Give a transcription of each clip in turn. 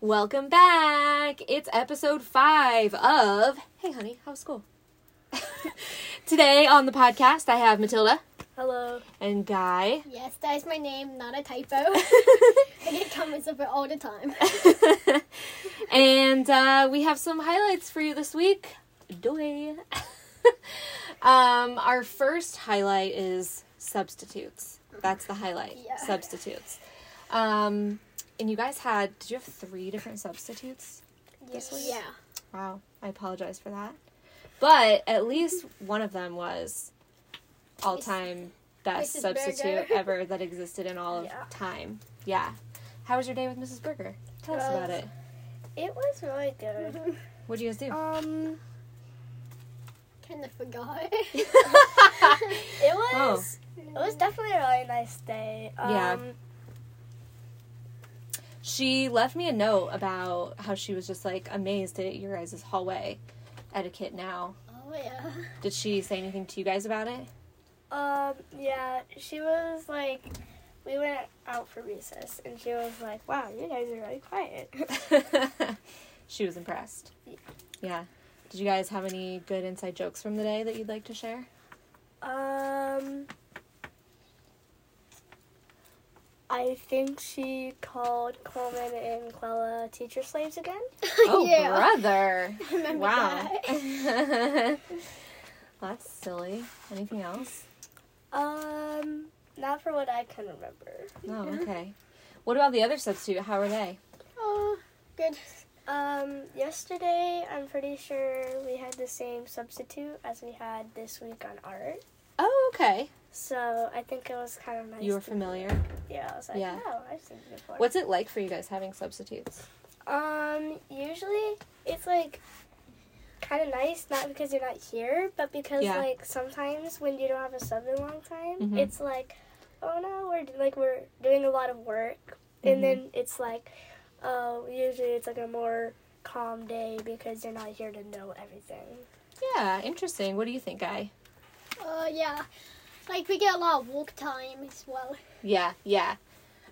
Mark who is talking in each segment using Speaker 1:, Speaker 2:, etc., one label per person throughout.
Speaker 1: Welcome back. It's episode five of Hey Honey, How's School? Today on the podcast, I have Matilda
Speaker 2: Hello.
Speaker 1: and Guy.
Speaker 3: Yes, that is my name, not a typo. I get comments over all the time.
Speaker 1: and uh, we have some highlights for you this week. Doy. um, our first highlight is substitutes. That's the highlight.
Speaker 3: Yeah.
Speaker 1: Substitutes. Um, and you guys had, did you have three different substitutes?
Speaker 3: Yes,
Speaker 1: This
Speaker 3: yeah.
Speaker 1: Wow, I apologize for that. But at least one of them was all time best
Speaker 3: Mrs.
Speaker 1: substitute
Speaker 3: Berger.
Speaker 1: ever that existed in all of
Speaker 2: Yeah.
Speaker 1: time. Yeah. How was your day with Mrs. Berger? Tell us
Speaker 2: Uh,
Speaker 1: about it.
Speaker 2: It was really good.
Speaker 1: What do you guys do?
Speaker 2: Um,
Speaker 3: Kind of forgot.
Speaker 2: it was it
Speaker 3: Oh,
Speaker 2: was definitely a really nice day. Um,
Speaker 1: Yeah. she left me a note about how she was just like amazed at your guys' hallway etiquette now.
Speaker 3: oh yeah.
Speaker 1: Did she say anything to you guys about it?
Speaker 2: Um, yeah, she was like, we went out for recess, and she was like, "Wow, you guys are really quiet."
Speaker 1: she was impressed. Yeah. Did you guys have any good inside jokes from the day that you'd like to share?
Speaker 2: um, I think she called Coleman and Clella teacher slaves again.
Speaker 1: Oh,
Speaker 3: yeah.
Speaker 1: brother.
Speaker 3: I remember
Speaker 1: Wow.
Speaker 3: that.
Speaker 1: That's silly. Anything else?
Speaker 2: Um, not for what I can remember.
Speaker 1: No, okay. What about the other substitute? How are they?
Speaker 3: Oh, good.
Speaker 2: Um, yesterday, I'm pretty sure we had the same substitute as we had this week on art.
Speaker 1: Oh, okay.
Speaker 2: So I think it was kind of nice.
Speaker 1: You were
Speaker 2: to-
Speaker 1: familiar.
Speaker 2: Yeah, I was like,
Speaker 1: Yeah.
Speaker 2: oh, I've seen you before.
Speaker 1: What's it like for you guys having substitutes?
Speaker 2: Um, usually it's like kind of nice, not because you're not here, but because
Speaker 1: Yeah.
Speaker 2: like sometimes when you don't have a sub in a long time,
Speaker 1: Mhm.
Speaker 2: it's like, oh no, we're d- like we're doing a lot of work, and then
Speaker 1: Mm-hmm.
Speaker 2: it's like, oh, usually it's like a more calm day because you're not here to know everything.
Speaker 1: Yeah, interesting. What do you think, Guy?
Speaker 3: Oh yeah. Like we get a lot of walk time as well.
Speaker 1: Yeah, yeah.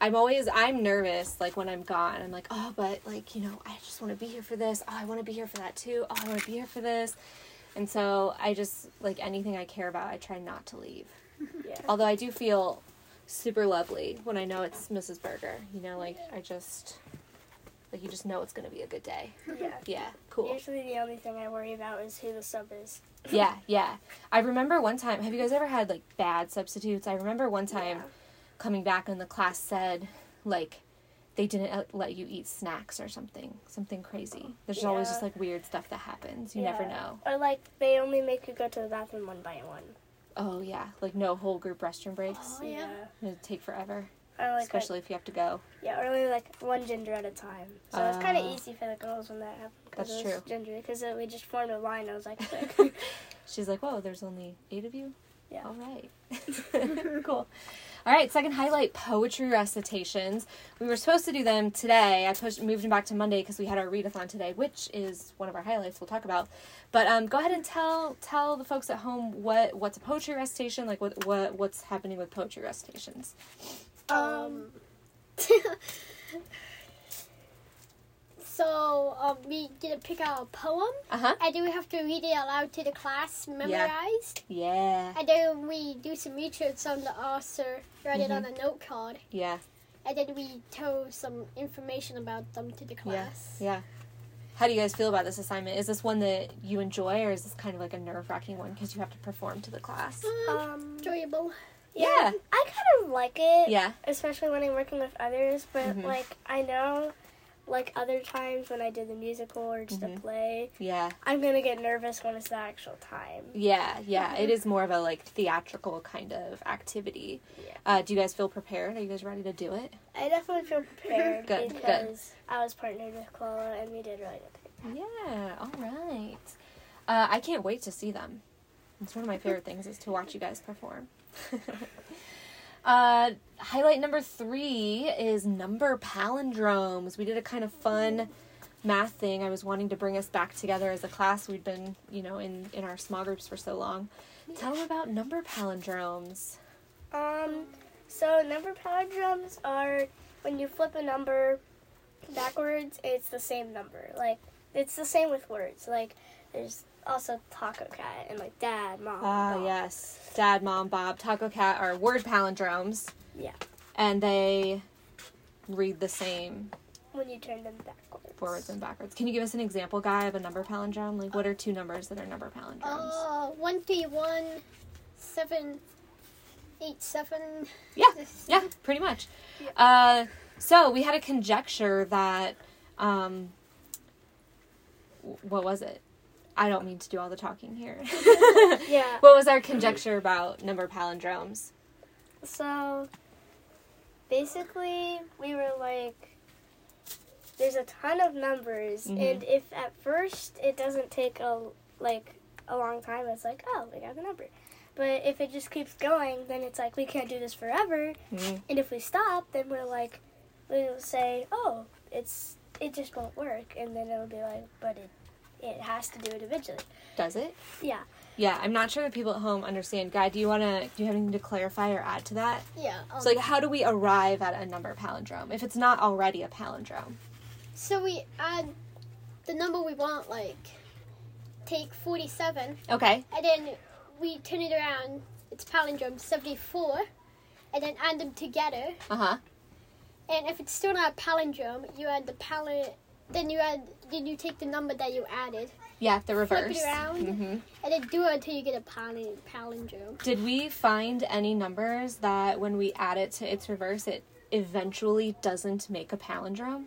Speaker 1: I'm always I'm nervous like when I'm gone. I'm like, oh, but like you know, I just want to be here for this. Oh, I want to be here for that too. Oh, I want to be here for this. And so I just like anything I care about, I try not to leave.
Speaker 2: Yeah.
Speaker 1: Although I do feel super lovely when I know it's Mrs. Berger. You know, like I just like you just know it's gonna be a good day.
Speaker 2: Yeah.
Speaker 1: Yeah, cool.
Speaker 2: Usually the only thing I worry about is who the sub is.
Speaker 1: Yeah, yeah. I remember one time. Have you guys ever had like bad substitutes? I remember one time
Speaker 2: Yeah.
Speaker 1: coming back and the class said like they didn't uh, let you eat snacks or something, something crazy. There's always
Speaker 2: Yeah.
Speaker 1: just like weird stuff that happens. You never
Speaker 2: Yeah.
Speaker 1: know.
Speaker 2: Or like they only make you go to the bathroom one by one.
Speaker 1: Oh yeah, like no whole group restroom breaks.
Speaker 3: Oh, yeah.
Speaker 1: It'd take forever,
Speaker 2: Or like I-
Speaker 1: especially if you have to go.
Speaker 2: Yeah, or only like one gender at a time. So it's kind of
Speaker 1: Oh.
Speaker 2: easy for the girls when that happened. 'cause
Speaker 1: That's
Speaker 2: it was
Speaker 1: true.
Speaker 2: Gender, because we just formed a line. I was like, quick.
Speaker 1: She's like, "Whoa, there's only eight of you."
Speaker 2: yeah.
Speaker 1: All right. cool. All right, second highlight poetry recitations. We were supposed to do them today. I pushed moved them back to Monday because we had our readathon today, which is one of our highlights we'll talk about. But um, go ahead and tell tell the folks at home what what's a poetry recitation, like what what what's happening with poetry recitations.
Speaker 3: Um. so um, we get to pick out a poem,
Speaker 1: Uh-huh.
Speaker 3: and then we have to read it aloud to the class, memorized,
Speaker 1: Yeah.
Speaker 3: and then we do some research on the author, write it on a note card,
Speaker 1: Yeah.
Speaker 3: and then we tell some information about them to the class.
Speaker 1: Yeah. How do you guys feel about this assignment? Is this one that you enjoy or is this kind of like a nerve-wracking one because you have to perform to the class?
Speaker 3: Um,
Speaker 2: Um,
Speaker 3: enjoyable.
Speaker 1: Yeah.
Speaker 2: I kind of like it.
Speaker 1: Yeah.
Speaker 2: Especially when I'm working with others, but
Speaker 1: Mhm.
Speaker 2: like I know, like other times when I did the musical or just
Speaker 1: Mhm.
Speaker 2: a play,
Speaker 1: Yeah.
Speaker 2: I'm gonna get nervous when it's the actual time.
Speaker 1: Yeah, yeah. It is more of a like theatrical kind of activity.
Speaker 2: Yeah.
Speaker 1: Uh, do you guys feel prepared? Are you guys ready to do it?
Speaker 2: I definitely feel prepared
Speaker 1: Good, good.
Speaker 2: because I was partnered with Chloe and we did really good.
Speaker 1: Yeah. All right. Uh, I can't wait to see them. It's one of my favorite things is to watch you guys perform. uh, highlight number three is number palindromes. We did a kind of fun math thing. I was wanting to bring us back together as a class. We'd been, you know, in in our small groups for so long. Tell them about number palindromes.
Speaker 2: Um, so number palindromes are when you flip a number backwards, it's the same number. Like it's the same with words. Like there's also taco cat and like dad, mom.
Speaker 1: Ah,
Speaker 2: dog.
Speaker 1: yes. Dad, mom, Bob, Taco Cat are word palindromes.
Speaker 2: Yeah.
Speaker 1: And they read the same
Speaker 2: When you turn them backwards.
Speaker 1: forwards and backwards. Can you give us an example, Guy, of a number palindrome? Like, what are two numbers that are number palindromes?
Speaker 3: Uh, one three one seven eight seven.
Speaker 1: Yeah, yeah, pretty much. Uh, so we had a conjecture that, um, w- what was it? I don't mean to do all the talking here.
Speaker 2: Yeah.
Speaker 1: what was our conjecture about number palindromes?
Speaker 2: So basically, we were like, there's a ton of numbers,
Speaker 1: Mhm.
Speaker 2: and if at first it doesn't take a like a long time, it's like, oh, we got the number. But if it just keeps going, then it's like we can't do this forever.
Speaker 1: Mhm.
Speaker 2: And if we stop, then we're like, we'll say, oh, it's it just won't work, and then it'll be like, but it it has to do it eventually.
Speaker 1: Does it?
Speaker 2: Yeah.
Speaker 1: Yeah, I'm not sure that people at home understand. Guy, do you want to? Do you have anything to clarify or add to that?
Speaker 3: Yeah. Um,
Speaker 1: So, like, how do we arrive at a number palindrome if it's not already a palindrome?
Speaker 3: so we add the number we want, like take forty seven,
Speaker 1: Okay.
Speaker 3: and then we turn it around. It's palindrome seventy four, and then add them together.
Speaker 1: Uh huh.
Speaker 3: And if it's still not a palindrome, you add the palin. Then you add. Then you take the number that you added,
Speaker 1: Yeah, the
Speaker 3: flip
Speaker 1: reverse.
Speaker 3: it around,
Speaker 1: hmm
Speaker 3: and then do it until you get a palin- palindrome.
Speaker 1: Did we find any numbers that when we add it to its reverse, it eventually doesn't make a palindrome?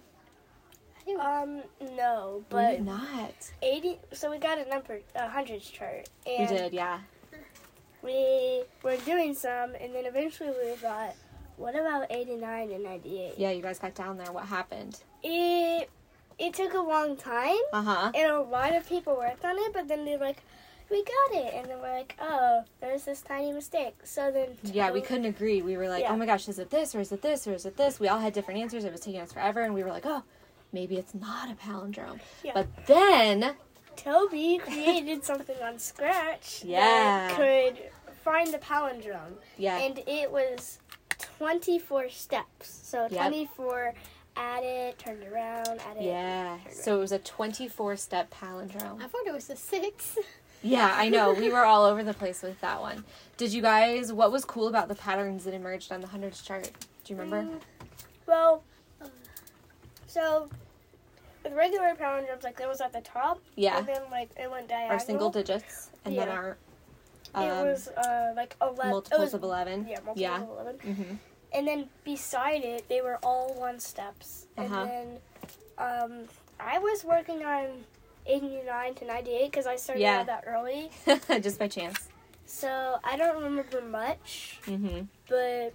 Speaker 2: Um. No,
Speaker 1: We
Speaker 2: but
Speaker 1: did not.
Speaker 2: 80 so we got a number a hundreds chart
Speaker 1: We
Speaker 2: and
Speaker 1: did, yeah.
Speaker 2: we were doing some and then eventually we thought what about 89 and 98
Speaker 1: Yeah, you guys got down there. What happened?
Speaker 2: it it took a long time
Speaker 1: Uh huh.
Speaker 2: and a lot of people worked on it but then they're like we got it and then we're like oh there's this tiny mistake so then
Speaker 1: Yeah, we
Speaker 2: totally-
Speaker 1: couldn't agree. We were like,
Speaker 2: Yeah.
Speaker 1: oh my gosh, is it this or is it this or is it this? We all had different answers. It was taking us forever, and we were like, oh, maybe it's not a palindrome.
Speaker 2: Yeah.
Speaker 1: But then,
Speaker 2: Toby created something on Scratch
Speaker 1: Yeah.
Speaker 2: that could find the palindrome.
Speaker 1: yeah,
Speaker 2: And it was 24 steps. So
Speaker 1: Yep.
Speaker 2: 24 added, turned around, added.
Speaker 1: yeah. So it was a 24 step palindrome.
Speaker 3: I thought it was a six.
Speaker 1: Yeah, I know. We were all over the place with that one. Did you guys, what was cool about the patterns that emerged on the hundreds chart? Do you remember?
Speaker 2: Mm, Well, so with regular palindromes, like it was at the top.
Speaker 1: Yeah.
Speaker 2: And then like it went diagonal.
Speaker 1: Our single digits and then
Speaker 2: Yeah.
Speaker 1: our
Speaker 2: it
Speaker 1: um,
Speaker 2: was uh, like 11.
Speaker 1: multiples
Speaker 2: it was,
Speaker 1: of 11.
Speaker 2: Yeah, multiples
Speaker 1: Yeah.
Speaker 2: of 11.
Speaker 1: hmm
Speaker 2: And then beside it, they were all one steps.
Speaker 1: Uh-huh.
Speaker 2: And then um, I was working on 89 to 98 because I started
Speaker 1: Yeah.
Speaker 2: out that early.
Speaker 1: Just by chance.
Speaker 2: So I don't remember much,
Speaker 1: hmm
Speaker 2: but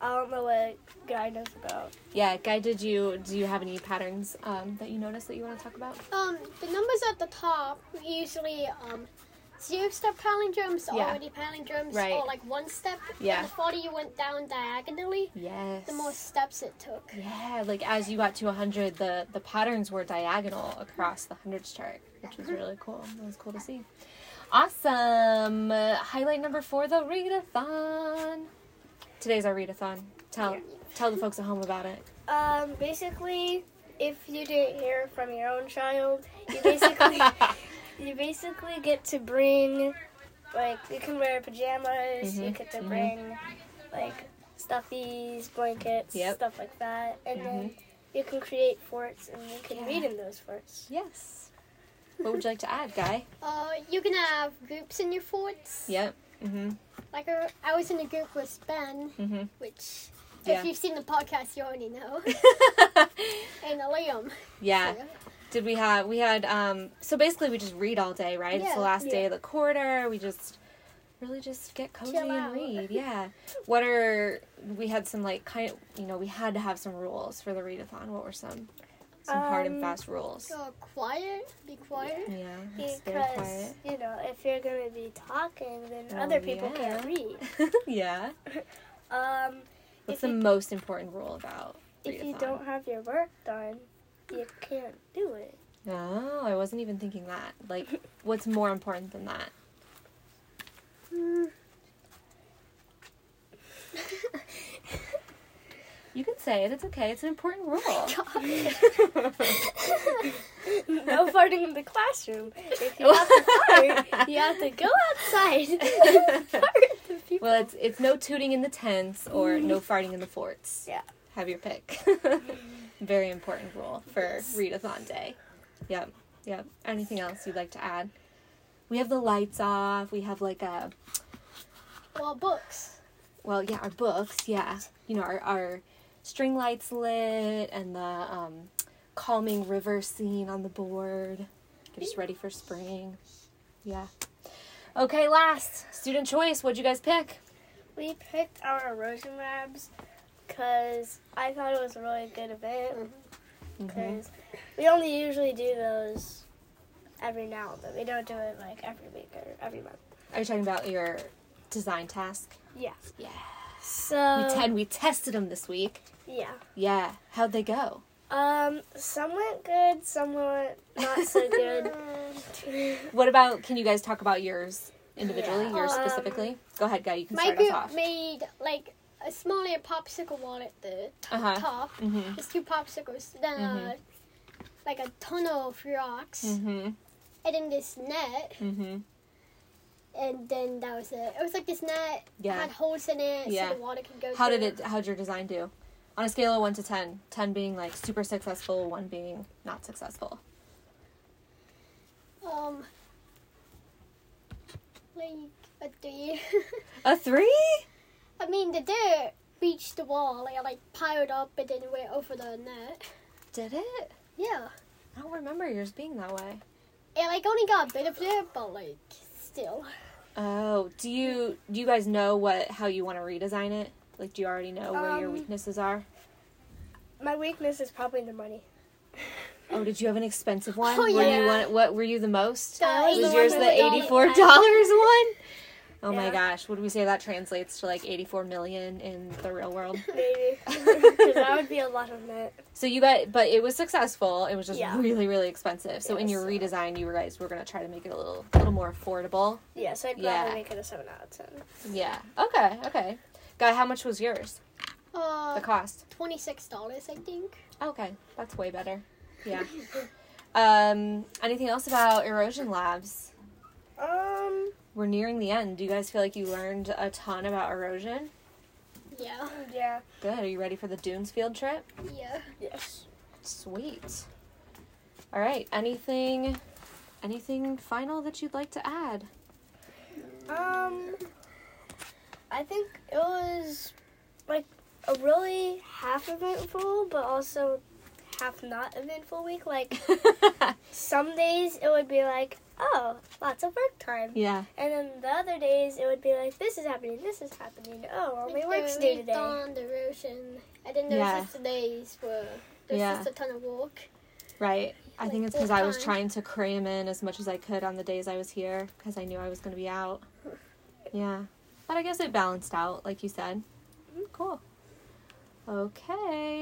Speaker 2: I don't know what guy knows about.
Speaker 1: Yeah, Guy, did you, do you have any patterns um, that you noticed that you want to talk about?
Speaker 3: Um, the numbers at the top usually um, zero step palindromes,
Speaker 1: Yeah.
Speaker 3: already palindromes,
Speaker 1: Right.
Speaker 3: or like one step.
Speaker 1: Yeah.
Speaker 3: And the farther you went down diagonally,
Speaker 1: Yes.
Speaker 3: the more steps it took.
Speaker 1: Yeah, like as you got to 100, the, the patterns were diagonal across the hundreds chart, which was really cool. That was cool to see. Awesome. Uh, highlight number four, the readathon. Today's our readathon. Tell tell the folks at home about it.
Speaker 2: Um, basically, if you didn't hear from your own child, you basically you basically get to bring like you can wear pajamas, you
Speaker 1: Mhm,
Speaker 2: get to
Speaker 1: mhm.
Speaker 2: bring like stuffies, blankets,
Speaker 1: Yep. Mm-hmm.
Speaker 2: stuff like that, and then you can create forts and you can
Speaker 1: Yeah.
Speaker 2: read in those forts.
Speaker 1: yes. What would you like to add, Guy?
Speaker 3: Uh, you can have groups in your forts.
Speaker 1: Yep. Mm-hmm.
Speaker 3: Like uh, I was in a group with Ben,
Speaker 1: Mm-hmm.
Speaker 3: which
Speaker 1: Yeah.
Speaker 3: if you've seen the podcast, you already know, and Liam.
Speaker 1: Mm-hmm. yeah. Did we have we had um so basically we just read all day, right? It's
Speaker 3: Yeah,
Speaker 1: the last day
Speaker 2: yeah.
Speaker 1: of the quarter. We just really just get cozy
Speaker 3: Chill
Speaker 1: and
Speaker 3: out.
Speaker 1: read. Yeah. What are we had some like kind of you know, we had to have some rules for the readathon. What were some some hard and
Speaker 2: Um,
Speaker 1: fast rules?
Speaker 3: So quiet, be quiet.
Speaker 1: Yeah. just very
Speaker 2: Because you know, if you're gonna be talking, then
Speaker 1: Oh,
Speaker 2: other people
Speaker 1: yeah.
Speaker 2: can't read.
Speaker 1: quiet. yeah.
Speaker 2: Um,
Speaker 1: What's
Speaker 2: If
Speaker 1: the
Speaker 2: you-
Speaker 1: most important rule about
Speaker 2: if you
Speaker 1: readathon?
Speaker 2: don't have your work done, you can't do it.
Speaker 1: No, Oh, I wasn't even thinking that. Like what's more important than that?
Speaker 2: Hmm.
Speaker 1: You can say it. It's okay. It's an important rule.
Speaker 2: no farting in the classroom. If you have to fart, you have to go outside. and fart at the people.
Speaker 1: well, it's it's no tooting in the tents or no farting in the forts.
Speaker 2: Yeah.
Speaker 1: Have your pick. Very important rule for readathon day. Yep. Yep. Anything else you'd like to add? We have the lights off. We have like a
Speaker 3: Well, books.
Speaker 1: well, yeah, our books, yeah. You know, our, our string lights lit and the um, calming river scene on the board. Get us ready for spring. Yeah. Okay, last student choice. What'd you guys pick?
Speaker 2: We picked our erosion labs because I thought it was a really good event.
Speaker 1: Mm-hmm.
Speaker 2: Because we only usually do those every now and then. We don't do it like every week or every month.
Speaker 1: Are you talking about your design task?
Speaker 2: Yeah.
Speaker 1: Yeah.
Speaker 2: So
Speaker 3: Uh,
Speaker 1: we ten. We tested them this week.
Speaker 2: yeah.
Speaker 1: Yeah. How'd they go?
Speaker 2: Um, some went good, some went not so good.
Speaker 1: What about? Can you guys talk about yours individually?
Speaker 2: Yeah.
Speaker 1: Yours
Speaker 2: Um,
Speaker 1: specifically? Go ahead, guy. You can
Speaker 3: My
Speaker 1: start us
Speaker 3: group
Speaker 1: off.
Speaker 3: made like a smaller popsicle one at the t-
Speaker 1: Uh-huh.
Speaker 3: top.
Speaker 1: Mhm.
Speaker 3: It's two popsicles. Then uh,
Speaker 1: Mm-hmm.
Speaker 3: like a tunnel of rocks,
Speaker 1: Mhm.
Speaker 3: and then this net,
Speaker 1: Mhm.
Speaker 3: and then that was it. It was like this net
Speaker 1: Yeah.
Speaker 3: had holes in it,
Speaker 1: Yeah.
Speaker 3: so the water could go.
Speaker 1: How
Speaker 3: through.
Speaker 1: did it? How'd your design do? On a scale of one to 10, 10 being like super successful, one being not successful.
Speaker 3: Um, like a three.
Speaker 1: A three?
Speaker 3: I mean, the dirt reached the wall, like I like piled up, and then went over the net.
Speaker 1: Did it?
Speaker 3: Yeah,
Speaker 1: I don't remember yours being that way.
Speaker 3: it like only got a bit of dirt, but like still.
Speaker 1: Oh, do you do you guys know what how you want to redesign it? Like, do you already know where your
Speaker 2: Um,
Speaker 1: weaknesses are?
Speaker 2: My weakness is probably the money.
Speaker 1: Oh, did you have an expensive one?
Speaker 3: Oh,
Speaker 1: Were you
Speaker 2: yeah.
Speaker 1: one, what were you the most?
Speaker 3: The
Speaker 2: was the
Speaker 1: Was
Speaker 2: one
Speaker 1: yours
Speaker 2: with
Speaker 1: the
Speaker 2: the
Speaker 1: eighty four dollars one?
Speaker 3: dollar-
Speaker 1: Oh my
Speaker 2: Yeah.
Speaker 1: gosh, would we say that translates to like eighty four million in the real world?
Speaker 2: Maybe. Because that would be a lot of net.
Speaker 1: So you got, but it was successful. It was just
Speaker 2: Yeah.
Speaker 1: really, really expensive. So in your
Speaker 2: Yes.
Speaker 1: redesign, you guys were gonna try to make it a little, little more affordable.
Speaker 2: Yeah, so I'd
Speaker 1: Yeah.
Speaker 2: probably make it a 7 out of 10.
Speaker 1: Yeah. Okay. Okay. Guy, how much was yours?
Speaker 3: Uh,
Speaker 1: The cost?
Speaker 3: twenty six dollars, I think.
Speaker 1: Okay, that's way better. Yeah. um. Anything else about erosion labs?
Speaker 2: Um,
Speaker 1: We're nearing the end. Do you guys feel like you learned a ton about erosion?
Speaker 3: Yeah,
Speaker 2: yeah.
Speaker 1: Good. Are you ready for the Dunes field trip?
Speaker 3: yeah.
Speaker 2: Yes.
Speaker 1: Sweet. All right. Anything? Anything final that you'd like to add?
Speaker 2: Um, I think it was like a really half eventful, but also half not eventful week. Like some days it would be like, oh, lots of work time,
Speaker 1: yeah.
Speaker 2: and then the other days it would be like, this is happening, this is happening. Oh, only work's due today.
Speaker 3: On the ocean, and then there
Speaker 1: Yeah.
Speaker 3: was just days where there's
Speaker 1: Yeah.
Speaker 3: just a ton of walk.
Speaker 1: Right. I think
Speaker 3: Like
Speaker 1: it's because
Speaker 3: full
Speaker 1: I was
Speaker 3: time.
Speaker 1: trying to cram in as much as I could on the days I was here because I knew I was going to be out. Yeah. But I guess it balanced out, like you said. Mm, Cool. Okay.